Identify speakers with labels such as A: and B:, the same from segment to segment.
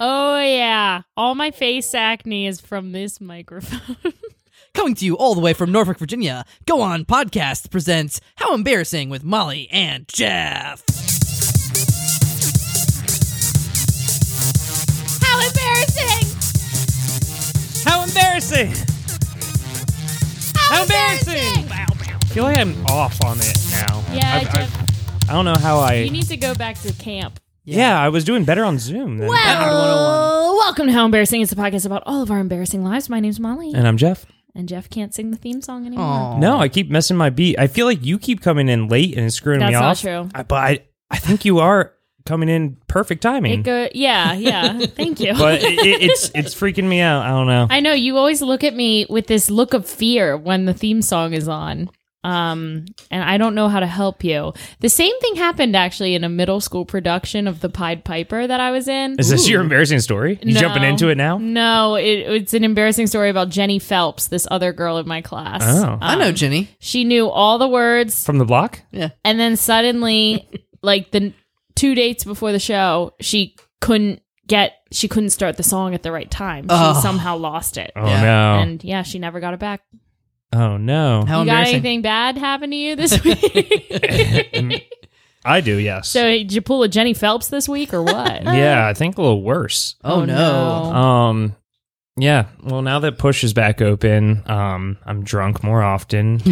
A: Oh yeah, all my face acne is from this microphone.
B: Coming to you all the way from Norfolk, Virginia, Go On Podcast presents How Embarrassing with Molly and Jeff.
C: How embarrassing!
D: How embarrassing! How embarrassing! I feel like I'm off on it now.
A: yeah,
D: I've- I've-
A: Jeff,
D: I don't know how I.
A: you need to go back to camp.
D: yeah, I was doing better on Zoom. Than,
A: Well, Oh, welcome to How Embarrassing. It's a podcast about all of our embarrassing lives. My name's Molly,
D: And I'm Jeff.
A: and Jeff can't sing the theme song anymore.
B: Aw.
D: No, I keep messing my beat. I feel like you keep coming in late and screwing me
A: That's not
D: off.
A: true.
D: I, but I, I think you are coming in perfect
A: It
D: timing.
A: go, yeah, yeah. Thank you.
D: but it, it, it's it's freaking me out. I don't know.
A: I know you always look at me with this look of fear when the theme song is on. Um, and I don't know how to help you. The same thing happened actually in a middle school production of The Pied Piper that I was in.
D: Is this your embarrassing story? You
A: No.
D: jumping into it now?
A: No, it, it's an embarrassing story about Jenny Phelps, this other girl in my class. Um,
D: Oh.
B: I know Jenny.
A: She knew all the words,
D: From the block?
B: Yeah.
A: and then suddenly, like the n- two dates before the show, she couldn't get, she couldn't start the song at the right time. She
B: Oh.
A: somehow lost it.
D: Oh
B: Yeah.
D: no!
A: And yeah, she never got it back.
D: oh no!
A: you got
B: How embarrassing.
A: anything bad happen to you this week?
D: I do. Yes.
A: so uh, did you pull a Jenny Phelps this week or what?
D: yeah, I think a little worse.
B: Oh,
A: Oh,
B: no.
A: no.
D: Um, yeah. Well, now that push is back open, um, I'm drunk more often.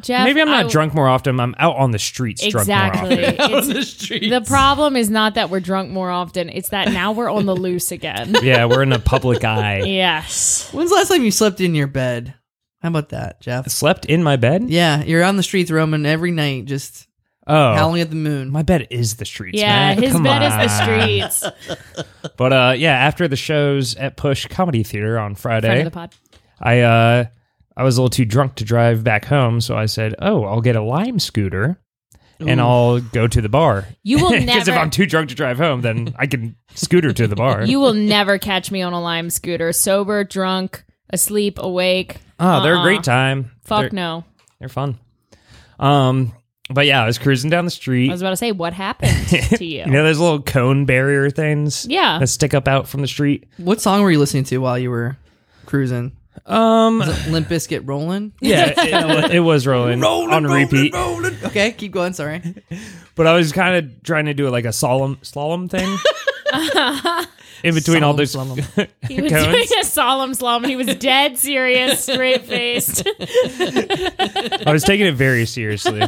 A: Jeff,
D: Maybe I'm
A: I
D: not
A: w-
D: drunk more often. I'm out on the streets drunk more
A: Exactly.
D: often.
A: It's-
B: the street.
A: the problem is not that we're drunk more often; it's that now we're on the loose again.
D: Yeah, we're in the public eye.
A: yes.
B: When's the last time you slept in your bed? How about that,
D: I
B: Jeff?
D: slept in my bed.
B: Yeah, you're on the streets roaming every night, just
D: Oh,
B: howling at the moon.
D: my bed is the streets.
A: Yeah,
D: man.
A: his
D: Come
A: bed
D: on.
A: is the streets.
D: But uh, yeah, after the shows at Push Comedy Theater on
A: Friend
D: Friday,
A: of the pod.
D: I uh, I was a little too drunk to drive back home, so I said, "Oh, I'll get a Lime scooter." And
B: Ooh.
D: I'll go to the bar.
A: You will
D: Because if
A: never-
D: I'm too drunk to drive home, then I can scooter to the bar.
A: You will never catch me on a lime scooter, sober, drunk, asleep, awake.
D: Oh, they're a
A: Uh-uh.
D: great time.
A: Fuck
D: they're,
A: no.
D: They're fun. Um, but yeah, I was cruising down the street.
A: I was about to say, what happened to you?
D: you know those little cone barrier things
A: yeah.
D: that stick up out from the street.
B: What song were you listening to while you were cruising?
D: Um,
B: Was it Limp Bizkit rolling?
D: yeah, it, it was rolling, on repeat.
B: Okay, keep going. Sorry.
D: But I was kind of trying to do like a solemn slalom thing in between all
B: Solemn,
D: those
B: solemn.
A: He was
D: cones.
A: doing a solemn slum and he was dead serious, straight faced.
D: I was taking it very seriously.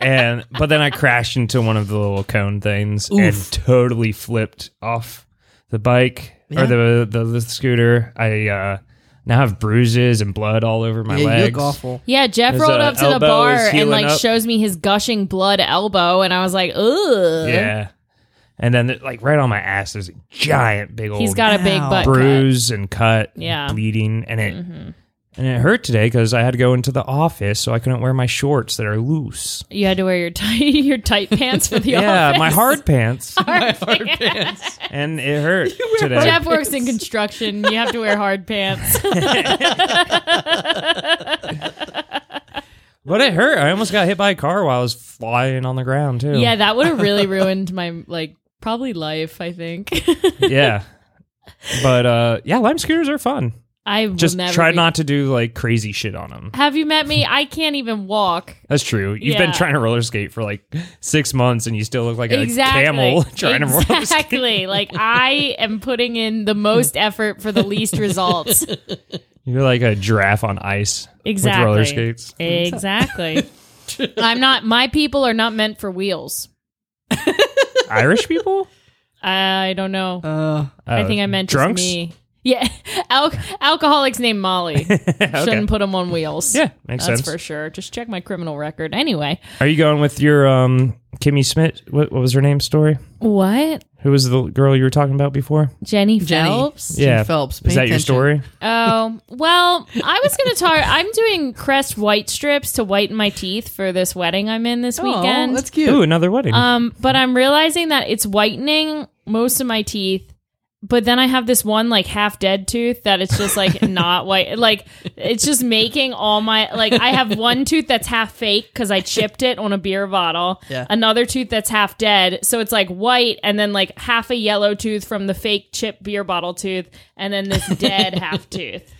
D: And but then I crashed into one of the little cone things and totally flipped off the bike
B: Yeah.
D: or the, the the scooter. I uh now have bruises and blood all over my
B: yeah, you
D: legs.
B: look awful.
A: yeah, Jeff
D: His,
A: rolled
D: uh,
A: up to the
D: elbow
A: bar
D: is
A: and
D: healing
A: like
D: up.
A: shows me his gushing blood elbow, and I was like,
B: eh?
A: ugh.
D: Yeah. And then like right on my ass there's a giant big old
A: He's got a big
B: Ow.
A: butt. Cut.
D: bruise and cut, and
A: Yeah.
D: bleeding and it
B: Mm-hmm.
D: and it hurt today cuz I had to go into the office so I couldn't wear my shorts that are loose.
A: You had to wear your tight your tight pants for the
D: yeah,
A: office.
D: my hard pants
A: Hard pants.
D: and it hurt today.
A: Jeff works in construction. You have to wear hard pants.
D: But it hurt. I almost got hit by a car while I was flying on the ground too.
A: yeah, that would have really ruined my like probably life. I think
D: yeah. But uh, yeah, lime scooters are fun.
A: I will
D: Just
A: never
D: try
A: be-
D: not to do like crazy shit on them.
A: Have you met me? I can't even walk.
D: That's true. You've been
A: Yeah.
D: trying to roller skate for like six months, and you still look like
A: exactly.
D: a camel trying to roller skate.
A: Exactly. like I am putting in the most effort for the least results.
D: You're like a giraffe on ice
A: Exactly.
D: with roller skates.
A: exactly. I'm not. My people are not meant for wheels.
D: Irish people?
A: I don't know.
B: Uh,
A: I
D: Oh,
A: think I meant
D: drunks.
A: just me. Yeah, Al- alcoholics named Molly shouldn't put them on wheels.
D: Yeah, makes
A: That's
D: sense.
A: for sure. Just check my criminal record. Anyway,
D: Are you going with your um, Kimmy Smith? What, what was her name? Story?
A: what
D: Who was the girl you were talking about before?
A: Jenny
B: Jenny.
A: Phelps?
D: yeah,
B: Phelps, pay
D: Is that your
B: attention.
D: story?
A: Oh well, I was gonna talk. I'm doing Crest white strips to whiten my teeth for this wedding I'm in this
B: Oh,
A: weekend.
B: that's cute.
D: Ooh, another wedding.
A: Um, but I'm realizing that it's whitening most of my teeth, but then I have this one like half dead tooth that it's just like not white. Like it's just making all my like I have one tooth that's half fake because I chipped it on a beer bottle.
B: Yeah.
A: Another tooth that's half dead, so it's like white, and then like half a yellow tooth from the fake chip beer bottle tooth, and then this dead half tooth.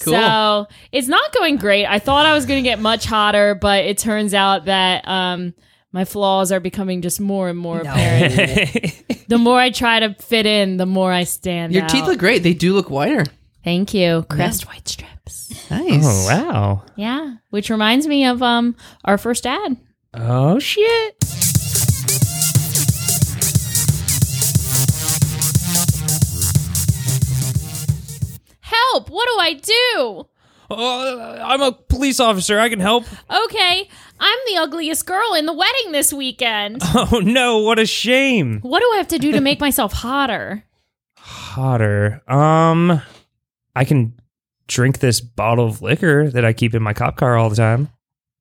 B: Cool.
A: So it's not going great. I thought I was going to get much hotter, but it turns out that um, my flaws are becoming just more and more apparent. The more I try to fit in, the more I stand
B: Your
A: out.
B: teeth look great. They do look whiter.
A: Thank you. Crest white strips.
B: Nice.
D: oh wow.
A: Yeah, which reminds me of um our first ad.
D: Oh shit.
A: Help! What do I do?
D: Oh, I'm a police officer. I can help.
A: Okay, I'm the ugliest girl in the wedding this weekend.
D: Oh no, what a shame.
A: What do I have to do to make myself hotter?
D: Hotter. Um I can drink this bottle of liquor that I keep in my cop car all the time.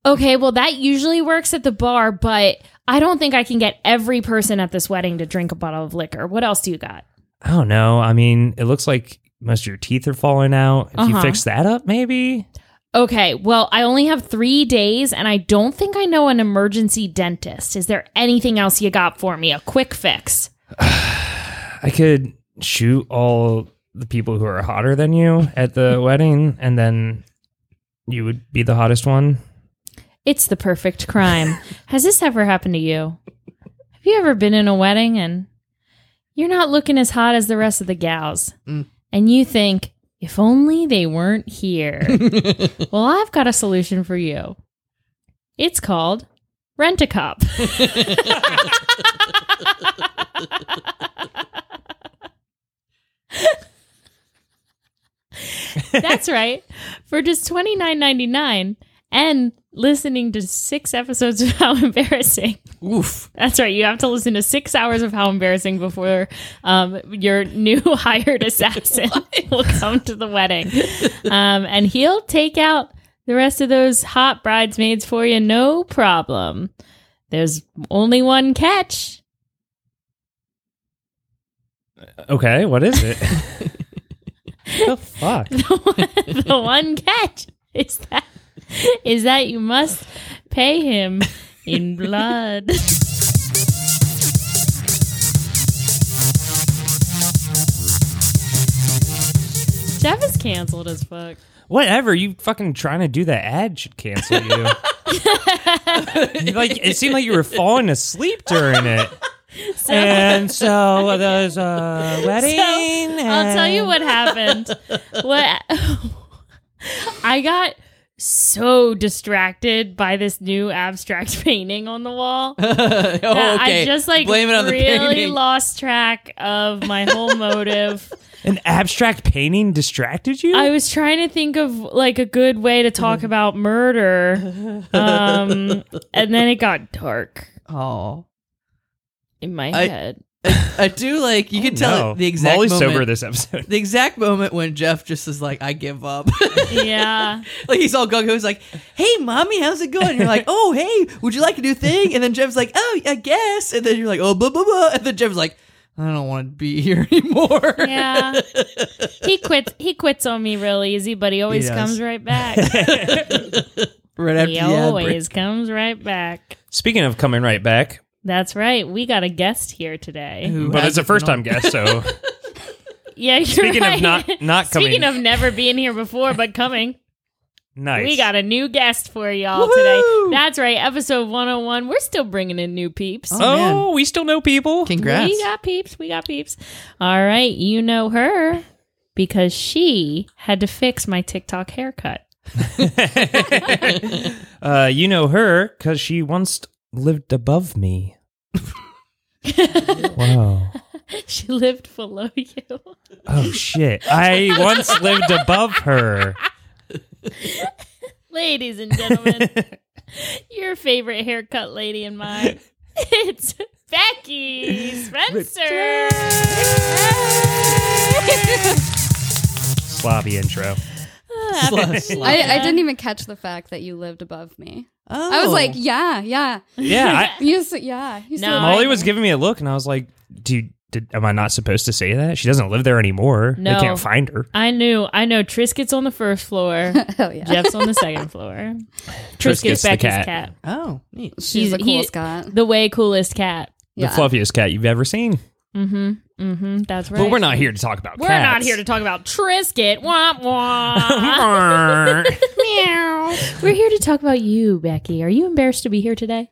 A: Okay, well that usually works at the bar, but I don't think I can get every person at this wedding to drink a bottle of liquor. What else do you got?
D: I don't know. I mean, it looks like most of your teeth are falling out. If you
A: Uh-huh.
D: fix that up, maybe.
A: Okay, well, I only have three days and I don't think I know an emergency dentist. Is there anything else you got for me? A quick fix.
D: I could shoot all the people who are hotter than you at the wedding, and then you would be the hottest one.
A: It's the perfect crime. Has this ever happened to you? Have you ever been in a wedding and you're not looking as hot as the rest of the gals?
B: Mm.
A: And you think, if only they weren't here. well, I've got a solution for you. It's called Rent a Cop. That's right. For just twenty nine ninety nine and listening to six episodes of How Embarrassing.
B: Oof.
A: That's right. You have to listen to six hours of How Embarrassing before um, your new hired assassin will come to the wedding. Um, and he'll take out the rest of those hot bridesmaids for you, no problem. There's only one catch.
D: Okay, what is it? the fuck?
A: the one, the one catch is that is that you must pay him in blood. Jeff is canceled as fuck.
D: Whatever. You fucking trying to do that ad should cancel you. You, like it seemed like you were falling asleep during it. and so there's a wedding.
A: I'll tell you what happened. What I got so distracted by this new abstract painting on the wall.
B: Oh,
A: that
B: okay.
A: I just like
B: blame it on the
A: really
B: painting.
A: lost track of my whole motive.
D: An abstract painting distracted you?
A: I was trying to think of like a good way to talk
B: Mm-hmm.
A: about murder, um, and then it got dark
B: oh,
A: in my
B: I-
A: head.
B: I do like. You can tell
D: No.
B: the exact
D: Molly's
B: moment.
D: sober this episode.
B: the exact moment when Jeff just is like, "I give up."
A: Yeah,
B: like he's all gung ho. He's like, "Hey, mommy, how's it going?" And you're like, "Oh, hey, would you like a new thing?" And then Jeff's like, "Oh, I guess." And then you're like, "Oh, blah blah blah." And then Jeff's like, "I don't want to be here anymore."
A: yeah. He quits. He quits on me real easy, but he always
B: He does.
A: comes right back.
B: right after
A: he
B: the ad break.
A: always comes right back.
D: Speaking of coming right back,
A: That's right. We got a guest here today.
B: Who
D: but it's
B: hasn't
D: a
B: been
D: first
B: on-
D: time guest, so
A: Yeah, you're
D: Speaking of
A: right.
D: not- not
A: Speaking
D: coming.
A: of never being here before, but coming.
D: nice.
A: We got a new guest for y'all
B: Woohoo!
A: today. That's right, episode 101. We're still bringing in new peeps.
B: Oh,
D: Oh, we still know people.
B: Congrats.
A: We got peeps. We got peeps. All right, you know her because she had to fix my TikTok haircut.
D: uh, you know her because she once lived above me. wow.
A: She lived below you.
D: Oh shit! I once lived above her.
A: Ladies and gentlemen, your favorite haircut lady and mine. It's Becky Spencer.
D: Sloppy intro.
E: I, I didn't even catch the fact that you lived above me.
B: Oh.
E: I was like, yeah, yeah.
D: Yeah, I,
E: You s yeah.
A: No.
E: You still
A: I-
D: Molly was giving me a look, and I was like, "Dude, did, am I not supposed to say that? She doesn't live there anymore.
A: No.
D: They can't find her.
A: I knew. I know. Triscuit's on the first floor.
E: Hell yeah.
A: Jeff's on the second floor. Triscuit's
D: Triscuit's the
A: Becky's
D: cat.
A: cat.
B: Oh, neat.
E: She's the
A: He's- he-
E: coolest cat.
A: The way coolest cat.
E: Yeah.
D: The fluffiest cat you've ever seen.
A: Mm-hmm. Mm-hmm. That's right.
D: But we're not here to talk about
A: We're not
D: cats.
A: here to talk about Triscuit. Womp womp. Meow. We're here to talk about you, Becky. Are you embarrassed to be here today?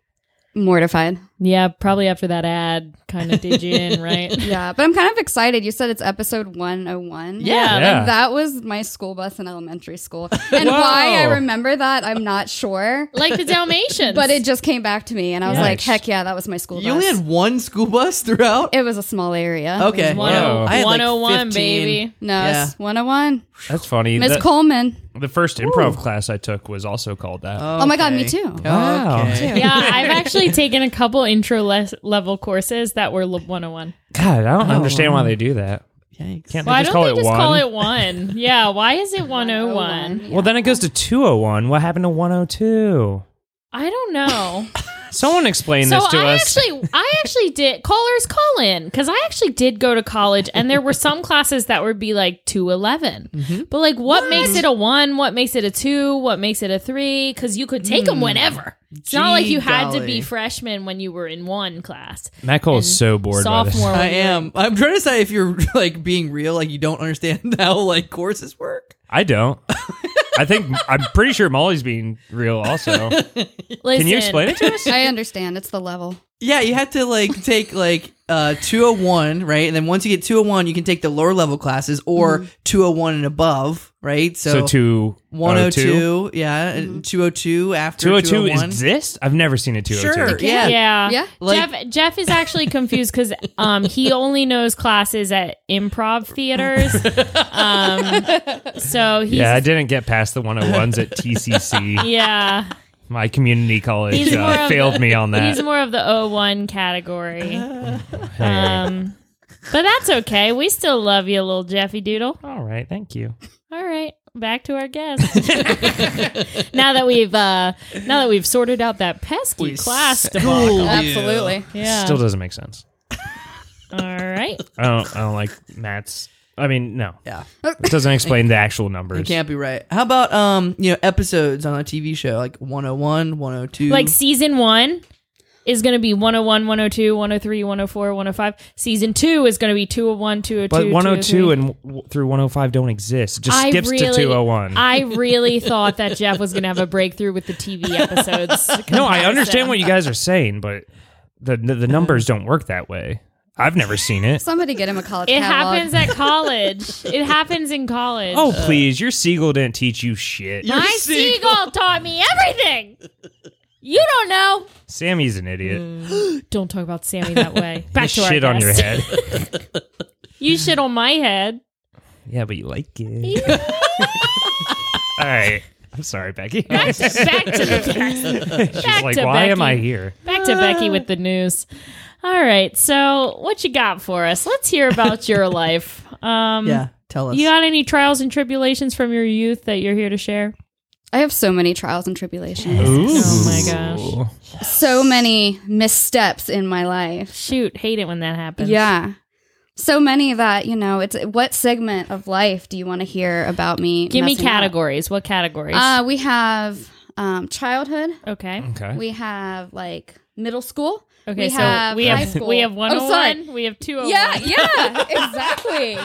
E: Mortified.
A: Yeah, probably after that ad kind of did you in, right?
E: Yeah. But I'm kind of excited. You said it's episode 101.
A: Yeah.
D: Yeah.
E: Like, that was my school bus in elementary school. And why I
D: Wow.
E: remember that, I'm not sure.
A: Like the Dalmatians.
E: But it just came back to me. And I was
D: Yeah.
E: like,
D: Nice.
E: heck yeah, that was my school
B: You
E: bus.
B: only had one school bus throughout.
E: it was a small area.
B: Okay,
A: One-
D: Wow.
B: I had, like,
A: 101,
B: 15.
A: baby.
E: No, it's 101.
D: That's funny.
E: Miss
D: The-
E: Coleman.
D: The first improv class I took was also called that.
E: Oh my God, me
B: Okay.
E: too.
D: Wow.
B: Okay.
A: yeah, I've actually taken a couple intro les- level courses that were oh le- 101.
D: God, I don't understand why they do that.
B: Yikes.
D: Can't
A: Why
D: they
A: don't
D: just call
A: they
D: it
A: just
D: one?
A: call it one? Yeah, why is it 101?
D: Well, then it goes to 201. What happened to 102?
A: I don't know.
D: Someone explain
A: so
D: this to
A: I
D: us.
A: actually, I actually did callers call in because I actually did go to college, and there were some classes that would be like two
D: Mm-hmm.
A: But like, what, makes it a one? What makes it a two? What makes it a three? Because you could take them
D: Mm.
A: whenever. It's not like you had to
B: golly.
A: be freshman when you were in one class.
D: Matt Cole is so bored by this.
A: Sophomore,
B: I
A: when you're in
B: am. I'm trying to decide if you're like being real, like you don't understand how like courses work.
D: I don't. I think I'm pretty sure Molly's being real. Also, can you
A: Listen,
D: explain it to us?
E: I understand. It's the level.
B: Yeah, you had to like take like uh 201, right? And then once you get 201, you can take the lower level classes or
E: Mm-hmm.
B: 201 and above, right?
D: So, oh
B: So,
D: two 102.
B: 102, yeah,
E: Mm-hmm.
B: and 202 after
D: 202
B: 201.
D: exists? I've never seen a
B: Sure,
D: 202.
B: yeah.
A: Yeah.
E: Yeah.
B: Like-
A: Jeff Jeff is actually confused because um, he only knows classes at improv theaters. Um, so he's
D: Yeah, I
A: yeah,
D: didn't get past the 101s at TCC. My community college
A: He's more
D: uh,
A: of
D: failed me on that.
A: he's more of the O1 category. Um, but that's okay. We still love you, little Jeffy Doodle.
D: All right, thank you.
A: All right, back to our guest. now that we've uh, now that we've sorted out that pesky
B: We
A: class,
B: schooled
A: debacle.
B: you.
E: Absolutely.
A: yeah.
D: Still doesn't make sense.
A: All right.
D: I don't. I don't like Matt's. I mean, no.
B: Yeah.
D: It doesn't explain the actual numbers.
B: You can't be right. How about um, you know, episodes on a TV show like 101, 102.
A: Like season one is going to be 101, 102, 103, 104, 105. Season two oh is going to be 201, 202,
D: But 102
A: 203.
D: and w- through 105 don't exist. It just skips to 201.
A: I really thought that Jeff was going to have a breakthrough with the TV episodes.
D: no, I understand what you guys are saying, but the the, the numbers don't work that way. I've never seen it.
E: Somebody get him a college
A: It
E: catalog.
A: happens at college. It happens in college.
D: Oh please, your Siegel didn't teach you shit.
B: Your
A: my
B: sequel-
A: seagull. taught me everything. You don't know.
D: Sammy's an idiot.
A: Don't talk about Sammy that way. Mm. Back
D: you
A: to
D: shit
A: our
D: on your
A: guest.
D: head.
A: You shit on my head.
D: yeah, but you like it. All right. I'm sorry, Becky.
A: Back to, back to the guest.
D: She's
A: back
D: like,
A: to
D: why am I
A: Becky."
D: here?
A: Back to Becky with the news. All right, so what you got for us? Let's hear about your life. Um,
B: Yeah, tell us.
A: You got any trials and tribulations from your youth that you're here to share?
E: I have so many trials and tribulations.
A: Oh
D: my gosh.
E: So many missteps in my life.
A: Shoot, hate it when that happens.
E: Yeah. So many that, you know, it's what segment of life do you want to hear about me?
A: Give me
E: messing up?
A: categories. What categories?
E: Uh, we have um, childhood.
A: okay.
D: Okay.
E: We have like middle school.
A: Okay.
E: we
A: so
E: have
A: we
E: high
A: have
E: school.
A: we have
E: Oh, sorry.
A: 101. we have 201.
E: Yeah, yeah, exactly.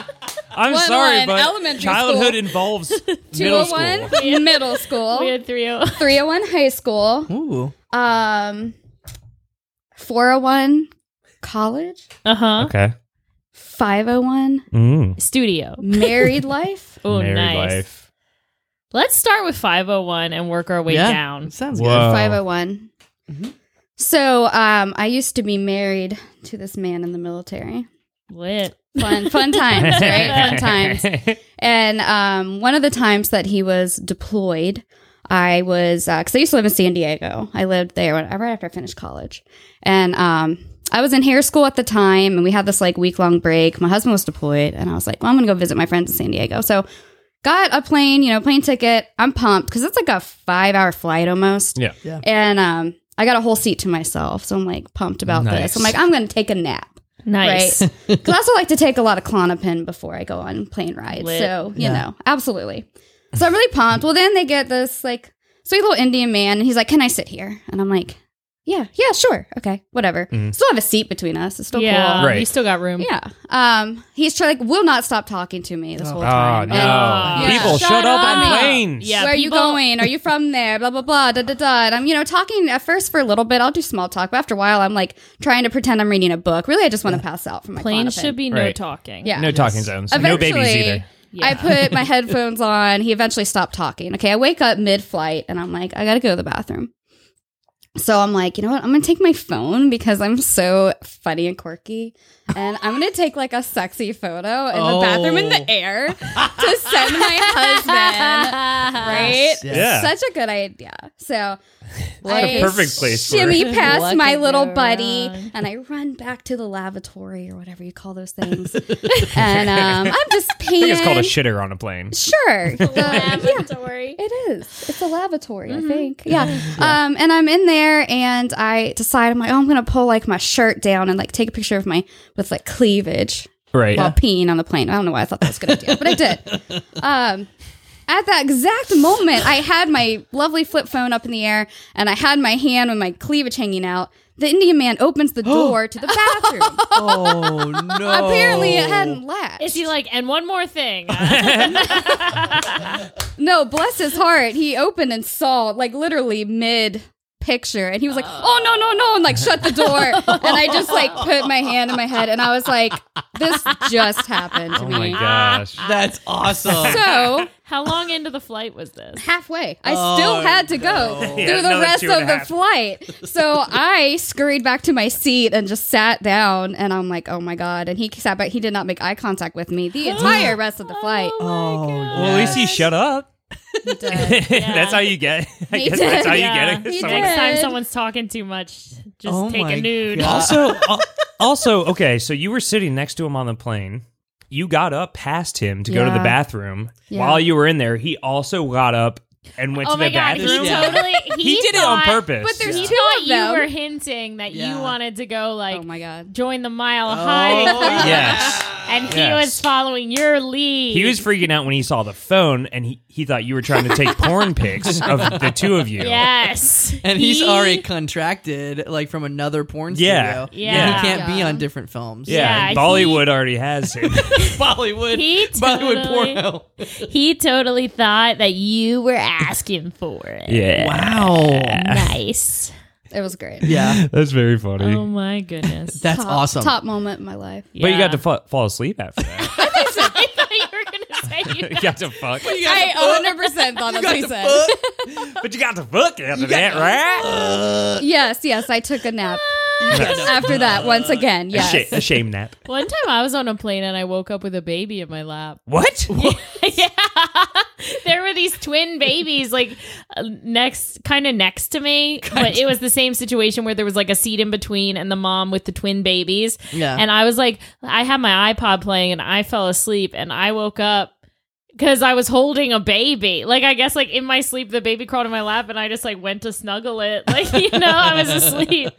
D: I'm
E: One
D: sorry,
E: line,
D: but
E: elementary
D: childhood
E: school.
D: involves middle school.
E: 201 middle school.
A: We oh had 30.
E: 301 high school.
B: Ooh.
E: Um 401 college.
A: Uh huh.
E: Uh-huh.
D: Okay.
E: 501
D: Mm.
A: Studio.
E: married life.
A: Oh,
D: Married
A: nice.
D: life.
A: Let's start with 501 and work our way
B: yeah.
A: down.
B: Sounds
D: Whoa. Oh.
E: 501. So, um I used to be married to this man in the military.
A: Lit.
E: Fun fun times, right? Fun times. And um, one of the times that he was deployed, I was because I used to live in San Diego. I lived there when, right after I finished college, and um, I was in hair school at the time. And we had this like week long break. My husband was deployed, and I was like, "Well, I'm gonna go visit my friends in San Diego." So, got a plane, you know, plane ticket. I'm pumped because it's like a five hour flight almost.
D: yeah.
E: And um, I got a whole seat to myself, so I'm like pumped about
D: Nice.
E: this. I'm like, I'm gonna take a nap.
A: Nice.
E: right? Because I also like to take a lot of Clonopin before I go on plane rides.
A: Lit.
E: So you know, absolutely. So I'm really pumped. Well, then they get this like sweet little Indian man, and he's like, "Can I sit here?" And I'm like, "Yeah, yeah, sure, okay, whatever." Still have a seat between us. It's still
A: Yeah.
E: cool.
D: Mm-hmm. Right.
A: You still got room.
E: Yeah. Um. He's tr- like will not stop talking to me this whole
D: Oh
E: time.
D: no!
E: And-
A: Yeah.
D: People, shut,
A: Shut
D: up
A: up.
D: on planes.
A: Yeah.
E: where are you
A: people-
E: going? Are you from there? Blah blah blah. Da da da. And I'm you know talking at first for a little bit. I'll do small talk, but after a while, I'm like trying to pretend I'm reading a book. Really, I just want to pass out from my
A: Planes
E: Klonopin.
A: should be no
D: Right.
A: talking.
E: Yeah.
D: No talking zones. No babies either.
E: I put my headphones on. He eventually stopped talking. Okay, I wake up mid flight and I'm like, I gotta go to the bathroom. So I'm like, you know what? I'm gonna take my phone because I'm so funny and quirky. And I'm gonna take like a sexy photo in
B: Oh.
E: the bathroom in the air to send my husband. Right?
B: Yes.
D: Yeah.
E: Such a good idea. So
A: What
E: I
A: a
D: perfect place for
E: shimmy
A: it. What
E: past my
A: could
E: little
A: go
E: buddy
A: wrong?
E: and I run back to the lavatory or whatever you call those things. and um, I'm just
D: I
E: peeing.
D: think it's called a shitter on a plane.
E: Sure. The- yeah,
A: Lavatory.
E: it is. It's a lavatory, I think. Yeah. Um, and I'm in there and I decide I'm like, oh, I'm gonna pull like my shirt down and like take a picture of my with like cleavage
D: Right.
E: while peeing on the plane. I don't know why I thought that was a good idea, but I did. Um at that exact moment, I had my lovely flip phone up in the air and I had my hand with my cleavage hanging out. The Indian man opens the door to the bathroom.
B: Oh no!
E: Apparently,
D: Oh.
E: it hadn't latched.
A: Is he like, and one more thing? uh,
E: No, bless his heart. He opened and saw, like, literally mid picture, and he was like, "Oh no, no, no!" and like shut the door. and I just like put my hand in my head, and I was like, "This just happened to
D: Oh
E: me."
D: my gosh.
B: That's awesome.
E: So
A: How long into the flight was this?
E: halfway, I
B: Oh,
E: still had to go
B: no.
E: through
D: Yeah,
E: the
D: another
E: rest
D: two and
E: of
D: a
E: the
D: half.
E: flight. So I scurried back to my seat and just sat down, and I'm like, "Oh my god!" And he sat back. He did not make eye contact with me the entire rest of the flight.
A: Oh, my God.
D: Well, at least he shut up.
E: He did.
D: that's how you get. I
E: He
D: guess that's
E: did.
D: how
A: Yeah.
D: you get it.
E: He
D: Someone-
E: did.
A: Next time someone's talking too much, just
B: Oh
A: take
B: my
A: a nude.
B: God.
D: Also, al- also, okay. So you were sitting next to him on the plane. You got up past him to go to the
E: Yeah.
D: bathroom.
E: Yeah.
D: While you were in there, he also got up and went
A: Oh
D: to the
A: my god, he
D: bathroom.
B: Yeah.
A: totally
D: He did it on
A: thought-
D: purpose.
E: But there's
A: He
E: two
A: thought
E: of
A: you
E: them.
A: were hinting that
B: Yeah.
A: you wanted to go like
E: oh my god.
A: join the mile high club,
D: Oh, Yes.
A: and he
D: Yes.
A: was following your lead.
D: He was freaking out when he saw the phone, and he, he thought you were trying to take porn pics of the two of you.
A: yes,
B: and he's
A: He-
B: already contracted like from another porn
D: Yeah.
B: studio.
A: Yeah.
B: he can't be
E: Yeah.
B: on different films.
D: Yeah,
A: Yeah,
D: Bollywood already has him.
B: Bollywood,
A: He
B: Bollywood
A: totally-
B: porno.
A: He totally thought that you were asking for it.
D: yeah,
B: Wow.
A: Nice.
E: It was great.
B: Yeah,
D: that's very funny.
A: Oh my goodness.
B: that's
E: top,
B: awesome.
E: Top moment in my life.
D: But you got
A: Yeah.
D: to fa- fall asleep after that.
A: I thought you were gonna say you
D: you got to fuck.
B: You got the foot,
E: I 100% thought
B: you
E: that's
B: got
E: what he
B: the
E: said.
B: foot.
D: But you got to fuck after that, right?
E: Yes, yes, I took a nap
D: Nice.
E: after that once again.
D: A,
E: Yes.
D: sha- a shame nap.
A: One time I was on a plane and I woke up with a baby in my lap.
D: What?
A: yeah. there were these twin babies like uh, next kind of next to me, but it was the same situation where there was like a seat in between and the mom with the twin babies.
B: Yeah.
A: And I was like I had my iPod playing and I fell asleep and I woke up because I was holding a baby. Like I guess like in my sleep the baby crawled in my lap and I just like went to snuggle it. Like you know, I was asleep.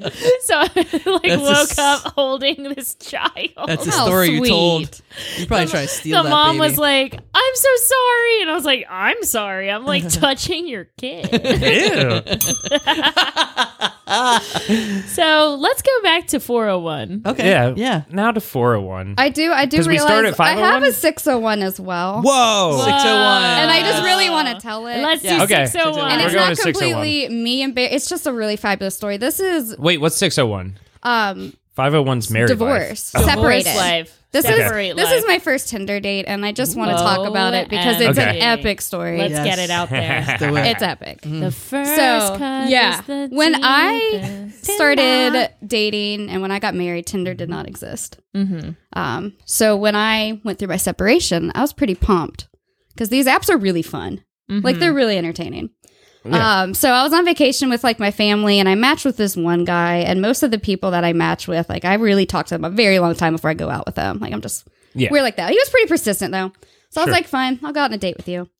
A: So I like
B: That's a
A: woke
B: s-
A: up holding this child.
B: That's a
E: How
B: story you
E: sweet.
B: told. You probably try to steal
A: the
B: that
A: mom
B: baby.
A: was like, "I'm so sorry," and I was like, "I'm sorry." I'm like touching your kid.
D: Ew.
A: so let's go back to 401.
B: okay,
D: Yeah.
B: yeah, yeah.
D: Now to 401.
E: I do, I do
D: 'Cause we oh
E: realize
D: start at
E: I have
D: 501?
E: a 601 as well.
D: Whoa.
B: Six oh one.
E: And I just really want to tell it.
A: Let's
B: Yeah.
A: do
D: Okay.
A: 601.
E: and
D: We're
E: it's
D: going
E: not
D: to 601.
E: completely me and Barry. It's just a really fabulous story. This is
D: Wait, what's 601?
E: um
D: 501's married
E: divorce,
D: life.
A: Divorce
E: separated.
A: life.
E: This
A: Separate
E: is this
A: life.
E: is my first Tinder date, and I just want to talk about it because it's an
A: Okay.
E: epic story.
A: Let's
B: Yes.
A: get it out there.
B: Do it.
E: It's epic.
A: the first
E: So,
A: cut
E: yeah.
A: is the
E: When I
A: deepest.
E: started dating and when I got married, Tinder did not exist.
A: Mhm.
E: Um, so when I went through my separation, I was pretty pumped because these apps are really fun. Like they're really entertaining.
D: Yeah.
E: Um, so I was on vacation with like my family and I matched with this one guy and most of the people that I match with, like I really talk to them a very long time before I go out with them. Like I'm just
D: Yeah.
E: we're like that. He was pretty persistent though. So I
D: Sure.
E: was like, fine, I'll go out on a date with you.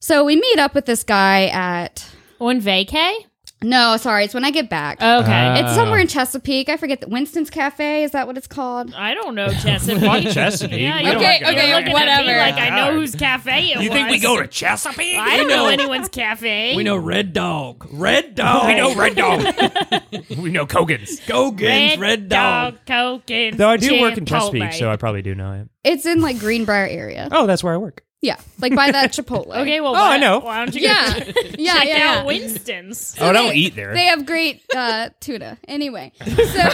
E: So we meet up with this guy at
A: on vacay,
E: No, sorry. It's when I get back.
A: Okay.
D: Uh,
E: it's somewhere in Chesapeake. I forget. The, Winston's Cafe is that what it's called?
A: I don't know
D: Fuck
A: Chesapeake.
D: Chesapeake.
A: Yeah,
D: We
A: you're
D: don't
E: Okay,
A: looking-
D: go
E: okay,
A: you're
D: there.
A: looking at me
E: whatever.
A: like I know whose cafe it
D: You think we
A: was.
D: go to Chesapeake?
A: I don't know anyone's cafe.
B: We know Red Dog. Red Dog.
D: We know Red Dog. we know Kogan's.
B: Gogan's Red, Dog.
A: Coke, and
D: Though I do work in Chesapeake,
A: Chipotle.
D: so I probably do know it.
E: It's in like Greenbrier area.
D: Oh, that's where I work.
E: Yeah, like by that Chipotle.
A: okay, well,
D: Oh,
A: why,
D: I know.
A: Why don't you
E: Yeah.
A: go
E: Yeah. Yeah.
A: check
E: yeah.
A: out Winston's?
D: Oh, I don't
E: they-
D: eat there.
E: They have great uh, tuna. Anyway, so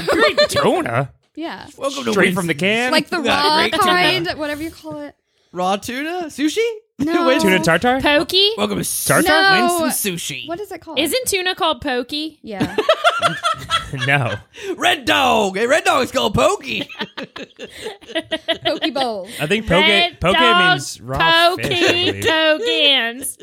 D: Tuna?
E: yeah,
B: Welcome to
D: Straight from the
B: Winston's.
D: can?
E: like the raw
B: Great tuna.
E: kind, whatever you call it.
B: raw tuna sushi.
E: No.
B: Winston's-
D: Tuna tartar?
A: Pokey?
B: Welcome to
D: Tartar?
E: No.
B: Winston Sushi.
E: What is it called?
A: Isn't tuna called pokey?
E: yeah.
D: no.
B: Red Dog. Hey, Red Dog is called Pokey.
E: Poke bowl.
D: I think poke,
A: Red
D: poke
A: dog,
D: means raw
A: pokey,
D: fish, I believe.
A: Cogans.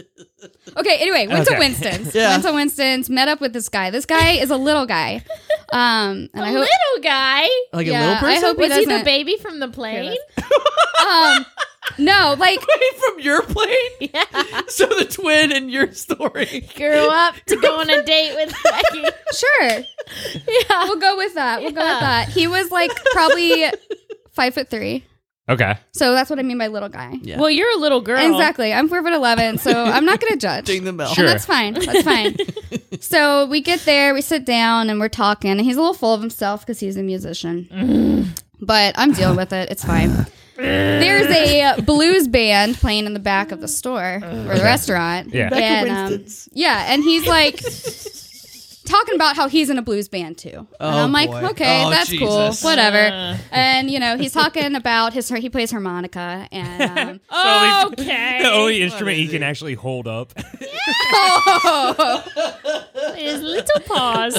E: Okay, anyway, went to
D: Okay.
E: Winston's.
B: Yeah.
E: Went to Winston's, met up with this guy. This guy is a little guy. Um, and I hope
A: Little guy.
B: like
E: Yeah,
B: a little
E: I
B: person.
E: hope he
A: Was he the
E: doesn't-
A: baby from the plane?
E: um no, like
B: from your plane.
A: Yeah.
B: So the twin in your story.
A: Grew up to go on a date with Becky.
E: sure. Yeah. We'll go with that. We'll go with that. He was like probably five foot three.
D: Okay.
E: So that's what I mean by little guy.
B: Yeah.
A: Well, you're a little girl.
E: Exactly. I'm four foot eleven, so I'm not gonna judge.
B: Ding the bell.
D: Sure.
E: And that's fine. That's fine. so we get there, we sit down, and we're talking. And he's a little full of himself because he's a musician. but I'm dealing with it. It's fine. There's a blues band playing in the back of the store or the restaurant.
D: Yeah. Back
B: of
E: And, um,
B: Winston's.
E: yeah. And he's like talking about how he's in a blues band too. and
B: Oh,
E: I'm like,
B: boy.
E: okay,
B: Oh,
E: that's
B: Jesus. Ah.
E: cool. Whatever.
A: Uh.
E: And, you know, he's talking about his, he plays harmonica. And, um,
A: Okay.
D: The only instrument he
B: is
D: can
B: it?
D: actually hold up.
A: His little paws.